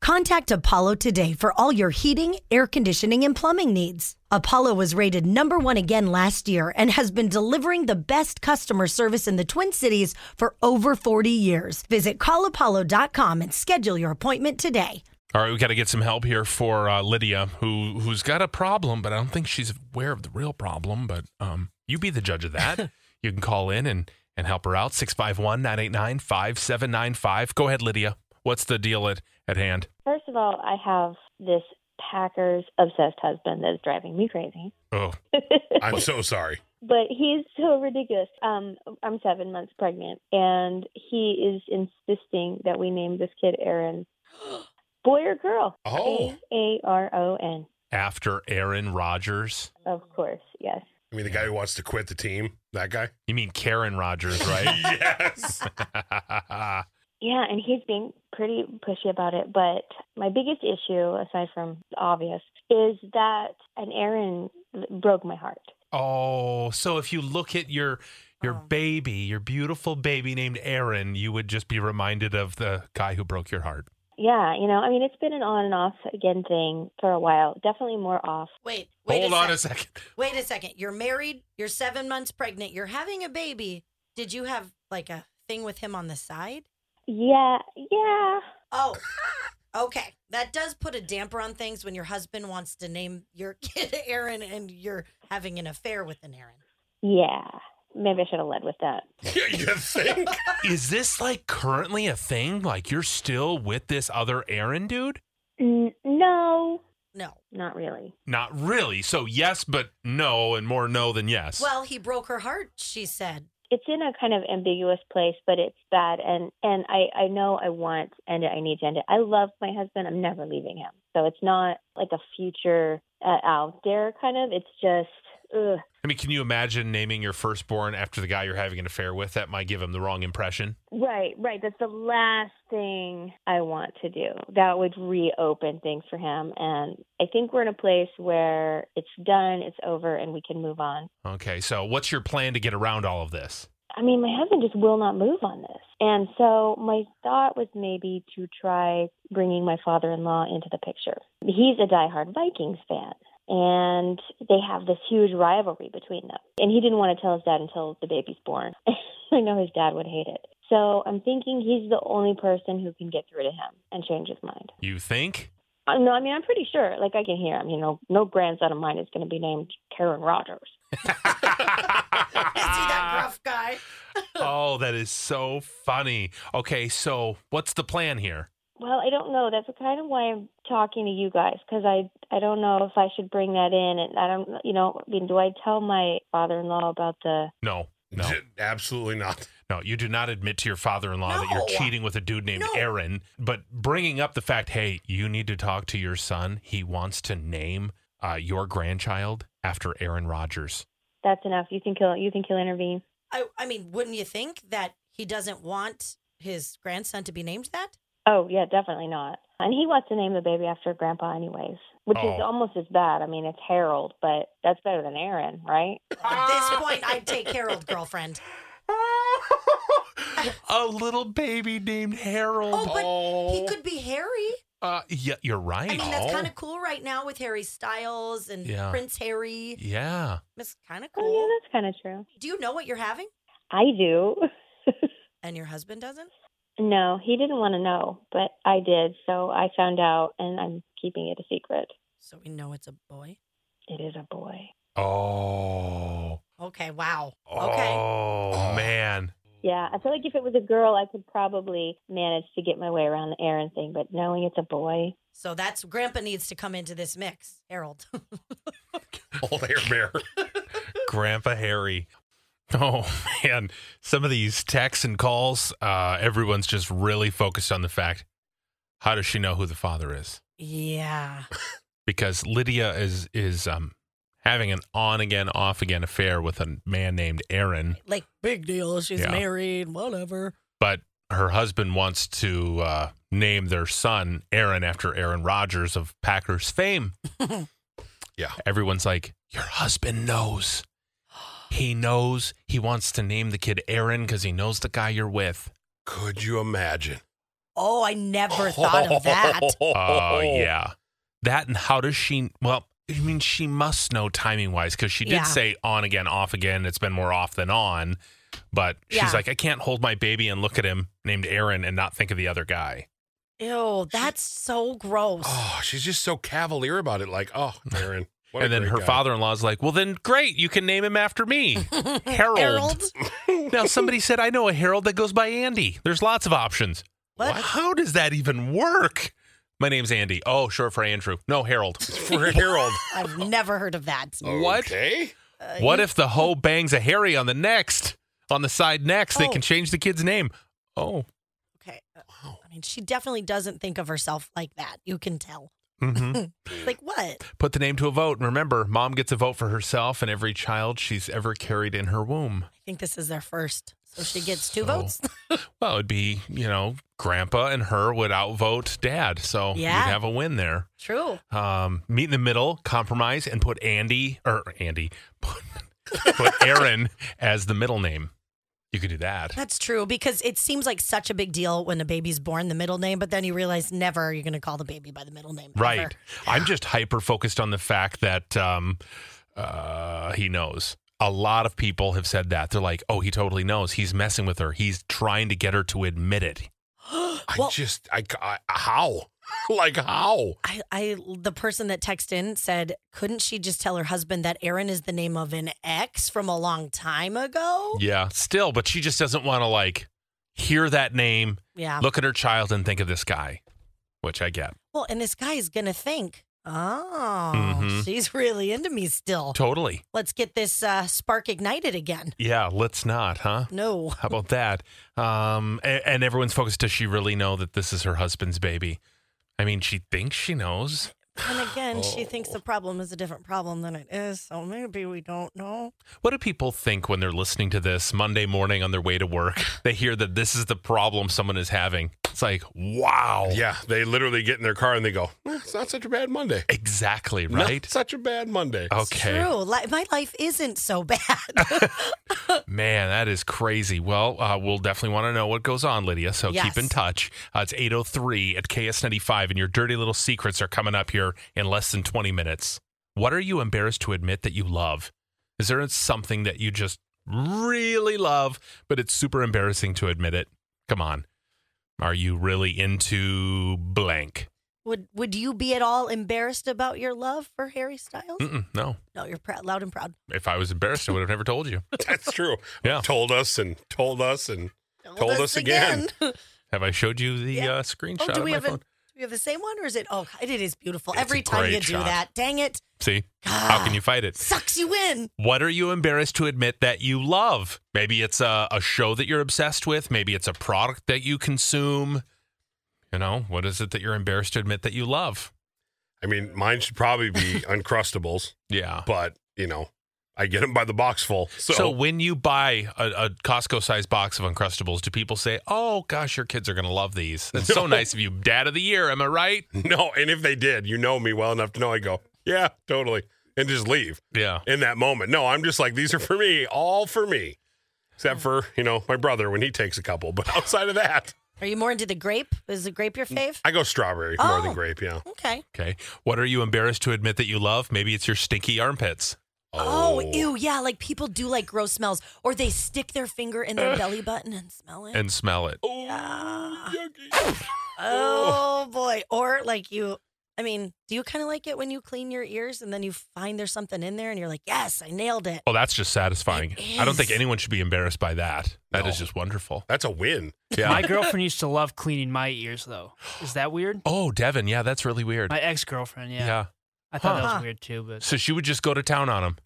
Contact Apollo today for all your heating, air conditioning, and plumbing needs. Apollo was rated number one again last year and has been delivering the best customer service in the Twin Cities for over 40 years. Visit callapollo.com and schedule your appointment today. All right, we got to get some help here for uh, Lydia, who who's got a problem, but I don't think she's aware of the real problem. But um, you be the judge of that. you can call in and and help her out 651-989-5795. Go ahead, Lydia. What's the deal at, at hand? First of all, I have this Packers obsessed husband that's driving me crazy. Oh, I'm so sorry. But he's so ridiculous. Um, I'm seven months pregnant, and he is insisting that we name this kid Aaron. Boy or girl? Oh. A R O N. After Aaron Rodgers. Of course, yes. I mean, the guy who wants to quit the team, that guy. You mean Karen Rodgers, right? yes. Yeah, and he's being pretty pushy about it. But my biggest issue, aside from the obvious, is that an Aaron broke my heart. oh, so if you look at your your Oh. baby, your beautiful baby named Aaron, you would just be reminded of the guy who broke your heart. Yeah, you know, I mean, it's been an on and off again thing for a while. Definitely more off. Wait, wait Hold a on sec. a second. Wait a second. You're married, you're seven months pregnant, you're having a baby. Did you have like a thing with him on the side? Yeah, yeah. Oh, okay. That does put a damper on things when your husband wants to name your kid Aaron and you're having an affair with an Aaron. Yeah. Maybe I should have led with that. Yeah, you think? Is this like currently a thing? Like you're still with this other Aaron dude? N- no, No. not really. Not really. So yes, but no, and more no than yes. Well, he broke her heart, she said. It's in a kind of ambiguous place, but it's bad. And and I I know I want to end it. I need to end it. I love my husband. I'm never leaving him. So it's not like a future uh, out there kind of. It's just ugh. I mean, can you imagine naming your firstborn after the guy you're having an affair with? That might give him the wrong impression. right, right. That's the last thing I want to do. That would reopen things for him. And I think we're in a place where it's done. It's over, and we can move on. Okay, so what's your plan to get around all of this? I mean, my husband just will not move on this. And so my thought was maybe to try bringing my father in law into the picture. He's a diehard Vikings fan, and they have this huge rivalry between them. And he didn't want to tell his dad until the baby's born. I know his dad would hate it. So I'm thinking he's the only person who can get through to him and change his mind. You think? Uh, No, I mean, I'm pretty sure. Like, I can hear him. You know, no grandson of mine is going to be named Karen Rogers. Is he that gruff guy? oh, that is so funny. Okay, so what's the plan here? Well, I don't know. That's kind of why I'm talking to you guys because I I don't know if I should bring that in, and I don't you know I mean do I tell my father-in-law about the No, no, Absolutely not. no. You do not admit to your father-in-law that No. you're cheating with a dude named No. Aaron, but bringing up the fact, hey, you need to talk to your son. He wants to name uh, your grandchild after Aaron Rodgers. that's enough? You think he'll you think he'll intervene? I, I mean, wouldn't you think that he doesn't want his grandson to be named that? Oh yeah, definitely not. And he wants to name the baby after Grandpa, anyways, which is Oh. almost as bad. I mean, it's Harold, but that's better than Aaron, right? At this point, I'd take Harold, girlfriend. a little baby named Harold. Oh, but he Oh. could be Harry. Uh, yeah, you're right. I mean, that's Oh. kind of cool right now with Harry Styles and Yeah. Prince Harry. yeah. It's kind of cool. Oh yeah, that's kind of true. Do you know what you're having? I do. And your husband doesn't? no, he didn't want to know, but I did, so I found out, and I'm keeping it a secret. So we know it's a boy. It is a boy. Oh. Okay, wow. Okay. Oh man. Yeah, I feel like if it was a girl, I could probably manage to get my way around the Aaron thing. But knowing it's a boy, So that's Grandpa needs to come into this mix, Harold. Old hair bear. Grandpa Harry. Oh man, some of these texts and calls, uh, everyone's just really focused on the fact how does she know who the father is? yeah. Because Lydia is is um having an on again off again affair with a man named Aaron, Like, big deal. She's Yeah. married, whatever. but her husband wants to uh, name their son Aaron after Aaron Rodgers of Packers fame. Yeah. Everyone's like, "Your husband knows. He knows. He wants to name the kid Aaron because he knows the guy you're with." Could you imagine? Oh, I never thought of that. Oh, yeah. That and how does she? Well, I mean, she must know timing wise because she did Yeah. say on again, off again. It's been more off than on. But she's Yeah. like, I can't hold my baby and look at him named Aaron and not think of the other guy. Ew, that's so gross. Oh, she's just so cavalier about it. Like, oh, Aaron. what a and then great her guy. father in law's like, Well, then great. You can name him after me, Harold. Harold? Now, somebody said, I know a Harold that goes by Andy. There's lots of options. What? How does that even work? My name's Andy. Oh, short for Andrew. No, Harold. for Harold. I've never heard of that. Uh, What? Okay. What if the hoe bangs a Harry on the next, on the side next? They Oh. can change the kid's name. Oh, Okay. uh, I mean, she definitely doesn't think of herself like that. You can tell. hmm Like, what? put the name to a vote. And remember, mom gets a vote for herself and every child she's ever carried in her womb. I think this is their first. So she gets two So- votes. Well, it'd be, you know, grandpa and her would outvote dad. So Yeah. you'd have a win there. True. Um, meet in the middle, compromise, and put Andy or Andy, put, put Aaron as the middle name. You could do that. That's true because it seems like such a big deal when a baby's born, the middle name, but then you realize never are you going to call the baby by the middle name. ever. Right. I'm just hyper focused on the fact that um, uh, he knows. A lot of people have said that. They're like, oh, he totally knows. He's messing with her. He's trying to get her to admit it. I Well- just, I, I, how? like, how? I, I, the person that texted in said, couldn't she just tell her husband that Aaron is the name of an ex from a long time ago? Yeah. Still, but she just doesn't want to like hear that name, Yeah. look at her child, and think of this guy, which I get. Well, and this guy is going to think, oh, Mhm. she's really into me still. Totally. Let's get this uh, spark ignited again. Yeah. Let's not, huh? No. How about that? Um, a- and, everyone's focused. Does she really know that this is her husband's baby? I mean, she thinks she knows. And again, she Oh. thinks the problem is a different problem than it is. So maybe we don't know. What do people think when they're listening to this Monday morning on their way to work? They hear that this is the problem someone is having. It's like, wow. Yeah, they literally get in their car and they go, "Eh, it's not such a bad Monday. Exactly. Not Right. such a bad Monday. Oh. okay. True. Li- my life isn't so bad. Man, that is crazy. Well, uh, we'll definitely want to know what goes on, Lydia. So Yes. keep in touch. Uh, it's 803 at KS95, and your dirty little secrets are coming up here in less than 20 minutes. What are you embarrassed to admit that you love? Is there something that you just really love, but it's super embarrassing to admit it? Come on. Are you really into blank? would would you be at all embarrassed about your love for Harry Styles? Mm-mm, no. No, you're prou- loud and proud. If I was embarrassed, I would have never told you. That's true. Oh. Yeah. Told us and told us and Told us Have I showed you the Yeah. uh, screenshot oh, do of we my have a, phone? do we have the same one, or is it? Oh, it is beautiful. It's a Every time you great do shot. that, dang it, See? How Ah. can you fight it? sucks you in. What are you embarrassed to admit that you love? Maybe it's a, a show that you're obsessed with. Maybe it's a product that you consume. You know, what is it that you're embarrassed to admit that you love? I mean, mine should probably be Uncrustables, Yeah. but you know, I get them by the box full. So, So, when you buy a, a Costco sized box of Uncrustables, do people say, oh gosh, your kids are going to love these? That's so No. nice of you. Dad of the year, am I right? no, and if they did, you know me well enough to know I go, yeah, totally, and just leave Yeah. in that moment. No, I'm just like, these are for me, all for me, except for you know my brother when he takes a couple. But outside of that, Are you more into the grape? Is the grape Mm. your fave? I go strawberry more Oh. than grape. Yeah. Okay. Okay. What are you embarrassed to admit that you love? Maybe it's your stinky armpits. Oh, ew, yeah. Like people do like gross smells, or they stick their finger in their belly button and smell it. And smell it. Oh, Ah. yucky. oh boy. Or like you, I mean, do you kind of like it when you clean your ears and then you find there's something in there and you're like, yes, I nailed it. Oh, that's just satisfying. It I don't think is. anyone should be embarrassed by that. That is No. just wonderful. That's a win. Yeah. My girlfriend used to love cleaning my ears, though. Is that weird? Oh, Devin. Yeah, that's really weird. My ex girlfriend, yeah. yeah. I thought that Huh. was weird too, but So she would just go to town on him.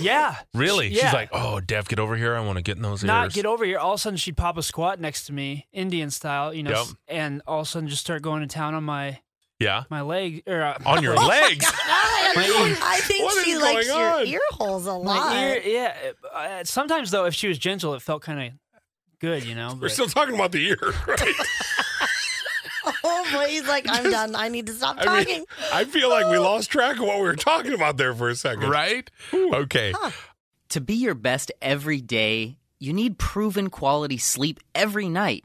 yeah, Really? Yeah. She's like, oh, Dev, get over here. I want to get in those not ears. get over here. All of a sudden, she'd pop a squat next to me, Indian style, you know, Yep. s- and all of a sudden just start going to town on my yeah. my leg or uh, On your legs. Ah, I, think What she is likes going your on? ear holes a lot. my ear. Yeah. it- uh, sometimes though, if she was gentle, it felt kind of good, you know. We're But still talking about the year, right? Oh boy, he's like, I'm done. I need to stop I mean- talking. I feel like we lost track of what we were talking about there for a second. Right? Okay. To be your best every day, you need proven quality sleep every night.